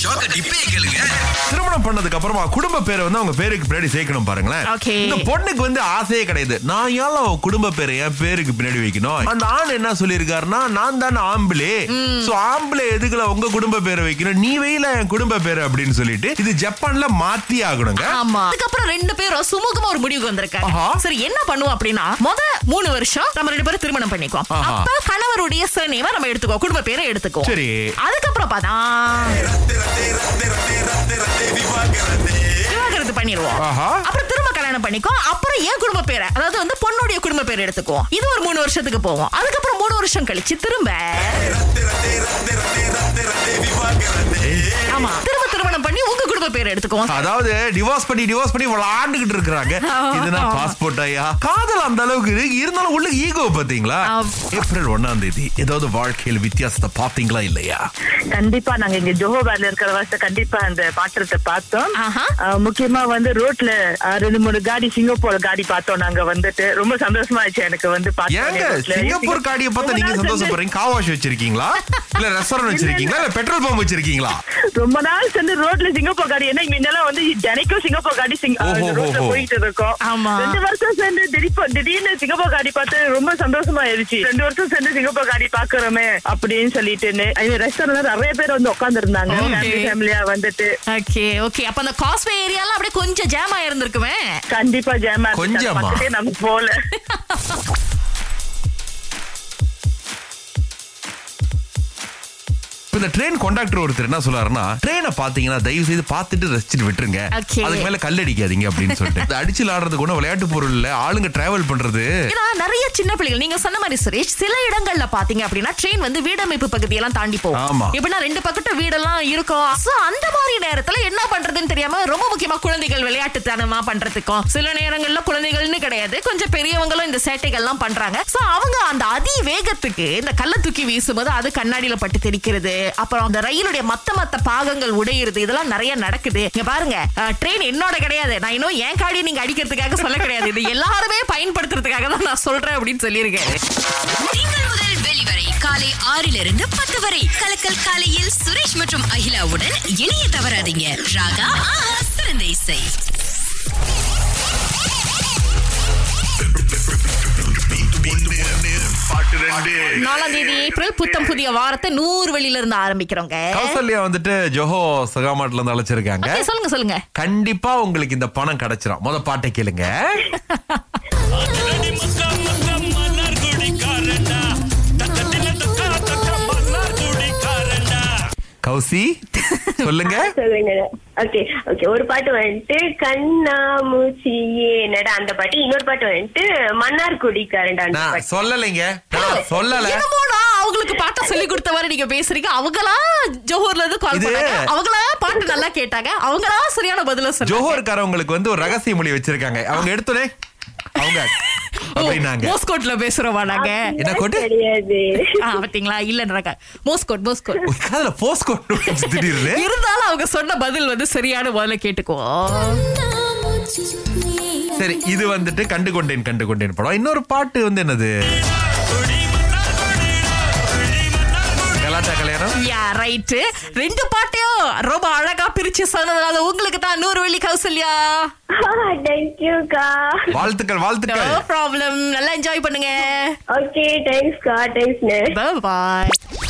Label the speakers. Speaker 1: ஷோக்க டிப்பே கேளுங்க
Speaker 2: திருமணம் பண்ணதுக்கு அப்புறமா குடும்ப பேரை வந்து அவங்க பேருக்கு பின்னாடி சேர்க்கணும் பாருங்களேன்
Speaker 3: Okay.
Speaker 2: இந்த பொண்ணுக்கு வந்து ஆசையே கிடையாது நான் ஏன் அவ குடும்ப பேரை என் பேருக்கு பின்னாடி வைக்கணும் அந்த ஆண் என்ன சொல்லியிருக்காருன்னா நான் தானே ஆம்பளே சோ ஆம்பளை எதுக்குல உங்க குடும்ப பேரை வைக்கணும் நீ வெயில என் குடும்ப பேரு அப்படின்னு சொல்லிட்டு இது ஜப்பான்ல மாத்தி ஆகணுங்க
Speaker 3: ஆமா அதுக்கப்புறம் ரெண்டு பேரும் சுமூகமா ஒரு முடிவுக்கு வந்திருக்காங்க
Speaker 2: ஆஹா.
Speaker 3: சரி என்ன பண்ணுவோம் அப்படின்னா முத மூணு வருஷம் நம்ம ரெண்டு பேரும் திருமணம் பண்ணிக்குவோம்
Speaker 2: ஆஹா.
Speaker 3: அப்ப கணவருடைய சர்நேம நம்ம எடுத்துக்குவோம் குடும்ப பேரை எடுத்துக்குவோம்
Speaker 2: சரி.
Speaker 3: அதுக்கப்புறம் பார்த்தா விவாகரத்து பண்ணிடுவோம்
Speaker 2: ஆஹா.
Speaker 3: அப்புறம் திரும்ப கல்யாணம் பண்ணிக்கோ அப்புறம் என் குடும்ப பேரை அதாவது வந்து பொண்ணுடைய குடும்ப பேரை எடுத்துக்குவோம் இது ஒரு மூணு வருஷத்துக்கு போவோம் அதுக்கப்புறம் மூணு வருஷம் கழிச்சு திரும்ப ஆமா திரும்ப திருமணம் பண்ணி உங்க குடும்ப பேரை எடுத்துக்குவோம்
Speaker 2: அதாவது டிவோர்ஸ் பண்ணி டிவோர்ஸ் பண்ணி விளாண்டுகிட்டு இருக்காங்க இது நான் பாஸ்போர்ட் ஐயா காதல் அந்த அளவுக்கு இருக்கு இருந்தாலும் உள்ள ஈகோ பாத்தீங்களா
Speaker 3: ஆம்.
Speaker 2: ஏப்ரல் ஒண்ணாம் தேதி ஏதாவது வாழ்க்கையில் வித்தியாசத்தை பாத்தீங்களா இல்லையா
Speaker 4: கண்டிப்பா நாங்க இங்க ஜோஹோபார்ல இருக்கிற வருஷம் கண்டிப்பா அந்த மாற்றத்தை பார்த்தோம்
Speaker 3: ஆஹா.
Speaker 4: அஹ் முக்கியமா வந்து ரோட்ல அஹ், ரெண்டு மூணு காடி சிங்கப்பூர் காடி பார்த்தோம் நாங்க வந்துட்டு ரொம்ப சந்தோஷமா ஆயிடுச்சு எனக்கு வந்து பார்த்த
Speaker 2: ஏங்க
Speaker 4: உடனே ரோட்ல.
Speaker 2: சிங்கப்பூர் காடியை பார்த்தா
Speaker 4: ரொம்ப
Speaker 2: நீங்க
Speaker 4: நாள் சென்று-
Speaker 2: சந்தோஷப்படுறீங்க காவாஷ் வச்சிருக்கீங்களா இல்ல ரெஸ்டாரண்ட் வச்சிருக்கீங்களா இல்ல பெட்ரோல் பம்ப் வச்சிருக்கீங்களா
Speaker 4: ரொம்ப நாள் சென்று ரோட்ல சிங்கப்பூர் காடி ஏன்னா முன்னெல்லாம் வந்து தினைக்கும் சிங்கப்பூர் காடி சிங்க-
Speaker 2: ஓஹோ,
Speaker 4: அஹ், ரோட்ல
Speaker 2: ஓஹோ.
Speaker 4: போயிட்டு இருக்கோம்
Speaker 3: ஆமா.
Speaker 4: ரெண்டு வருஷம் சென்று திடீர் திடீர்னு சிங்கப்பூர் காடி பார்த்து ரொம்ப சந்தோஷமா ஆயிடுச்சு ரெண்டு வருஷம் சென்று சிங்கப்பூர் காடி பாக்குறோமே அப்படின்னு சொல்லிட்டுன்னு ரெஸ்டாரண்ட் நிறைய பேர் வந்து உட்கார்ந்து இருந்தாங்க
Speaker 3: Okay.
Speaker 4: ஃபேமிலியா வந்துட்டு
Speaker 3: ஓகே ஓகே அப்ப அந்த காஸ்வே ஏரியால அப்படியே கொஞ்சம் ஜாம் ஆயிருந்திருக்குமே
Speaker 4: கண்டிப்பா ஜெயமா
Speaker 2: கொஞ்சமா?
Speaker 4: நம்ம போல
Speaker 2: இப்ப இந்த ட்ரெயின் கண்டக்டர் ஒருத்தர் என்ன சொல்றாருன்னா ட்ரெயினை பாத்தீங்கன்னா தயவு செய்து பார்த்துட்டு ரசிச்சுட்டு விட்டுருங்க
Speaker 3: Okay.
Speaker 2: அதுக்கு மேல கல் அடிக்காதீங்க அப்படின்னு சொல்லிட்டு இந்த அடிச்சு ஆடுறது கூட விளையாட்டு பொருள்ல ஆளுங்க டிராவல் பண்றது
Speaker 3: ஏன்னா நிறைய சின்ன பிள்ளைகள் நீங்க சொன்ன மாதிரி சுரேஷ் சில இடங்கள்ல பாத்தீங்க அப்படின்னா ட்ரெயின் வந்து வீடமைப்பு பகுதியெல்லாம் தாண்டி போகும்
Speaker 2: ஆமா.
Speaker 3: எப்படின்னா ரெண்டு பக்கத்து வீடெல்லாம் இருக்கும் சோ அந்த மாதிரி நேரத்துல என்ன பண்றதுன்னு தெரியாம ரொம்ப முக்கியமா குழந்தைகள் விளையாட்டுத்தனமா பண்றதுக்கும் சில நேரங்கள்ல குழந்தைகள்னு கிடையாது கொஞ்சம் பெரியவங்களும் இந்த சேட்டைகள்லாம் பண்றாங்க சோ அவங்க அந்த அதி வேகத்துக்கு இந்த கல்லை தூக்கி வீசும்போது அது கண்ணாடியில பட்டு தெரிக்கிறது அப்புறம் அந்த ரயிலுடைய மத்த மத்த பாகங்கள் உடையிறது இதெல்லாம் நிறைய நடக்குது இங்க பாருங்க ட்ரெயின் என்னோட கிடையாது நான் இன்னும் என் காடி நீங்க அடிக்கிறதுக்காக சொல்ல கிடையாது இது எல்லாருமே பயன்படுத்துறதுக்காக தான் நான் சொல்றேன் அப்படின்னு சொல்லியிருக்கேன்
Speaker 5: திங்கள் முதல் வெளிவரை காலை ஆறிலிருந்து பத்து வரை கலக்கல் காலையில் சுரேஷ் மற்றும் அகிலாவுடன் இணைய தவறாதீங்க ராகா ஆஹா, சிறந்த இசை
Speaker 3: நாலாம் தேதி ஏப்ரல் புத்தம் புதிய வாரத்தை நூறு வழியில இருந்து ஆரம்பிக்கிறோங்க
Speaker 2: கௌசல்யா வந்துட்டு ஜோஹோ சகாமாட்ல இருந்து அழைச்சிருக்காங்க
Speaker 3: Okay, சொல்லுங்க சொல்லுங்க
Speaker 2: கண்டிப்பா உங்களுக்கு இந்த பணம் கிடைச்சிரும் முத பாட்டை கேளுங்க கௌசி சொல்லுங்க
Speaker 6: சொல்லுங்க ஓகே ஓகே ஒரு பாட்டு வந்துட்டு கண்ணா மூச்சியே நட அந்த பாட்டு இன்னொரு பாட்டு வந்துட்டு மன்னார்குடி கரண்டா அந்த
Speaker 2: நான்
Speaker 6: பாட்டு
Speaker 2: சொல்லலைங்க நான் சொல்லல
Speaker 3: என்னமோ நான் அவங்களுக்கு பாட்டா சொல்லி கொடுத்த மாதிரி நீங்க பேசுறீங்க அவங்களா ஜோஹர்ல இருந்து கால்
Speaker 2: இது-
Speaker 3: பண்ணாங்க அவங்களா பாட்டு நல்லா கேட்டாங்க அவங்களா சரியான பதில சொன்னாங்க
Speaker 2: ஜோஹர்காரவங்களுக்கு வந்து ஒரு ரகசிய மொழி வச்சிருக்காங்க அவங்க எடுத்தோடனே அவங்க அப்படின்னாங்க
Speaker 3: மோஸ்கோட்ல பேசுறோமா நாங்க
Speaker 2: என்ன கோட்டு
Speaker 6: கிடையாது
Speaker 3: ஆ, பாத்தீங்களா இல்லன்றாங்க மோஸ்கோட் மோஸ்கோட்
Speaker 2: ஒரு காதுல போஸ்ட் கோட் திடீர்னு
Speaker 3: இருந்தாலும் அவங்க சொன்ன பதில் வந்து சரியான முதல்ல கேட்டுக்குவோம்
Speaker 2: சரி இது வந்துட்டு கண்டு கொண்டேன் கண்டு கொண்டேன் படம் இன்னொரு பாட்டு வந்து என்னது கலாட்டா கல்யாணம்
Speaker 3: யா ரைட் ரெண்டு பாட்டையும் ரொம்ப அழகா பிரிச்சு சொன்னதுனால உங்களுக்கு தான் நூறு வெள்ளி கௌசல்யா
Speaker 6: தேங்க்யூக்கா
Speaker 2: வாழ்த்துக்கள்
Speaker 3: நோ
Speaker 2: வாழ்த்துக்கள்
Speaker 3: ப்ராப்ளம் நல்லா என்ஜாய் பண்ணுங்க
Speaker 6: ஓகே தேங்க்ஸ்க்கா தேங்க்ஸ்
Speaker 3: பாய்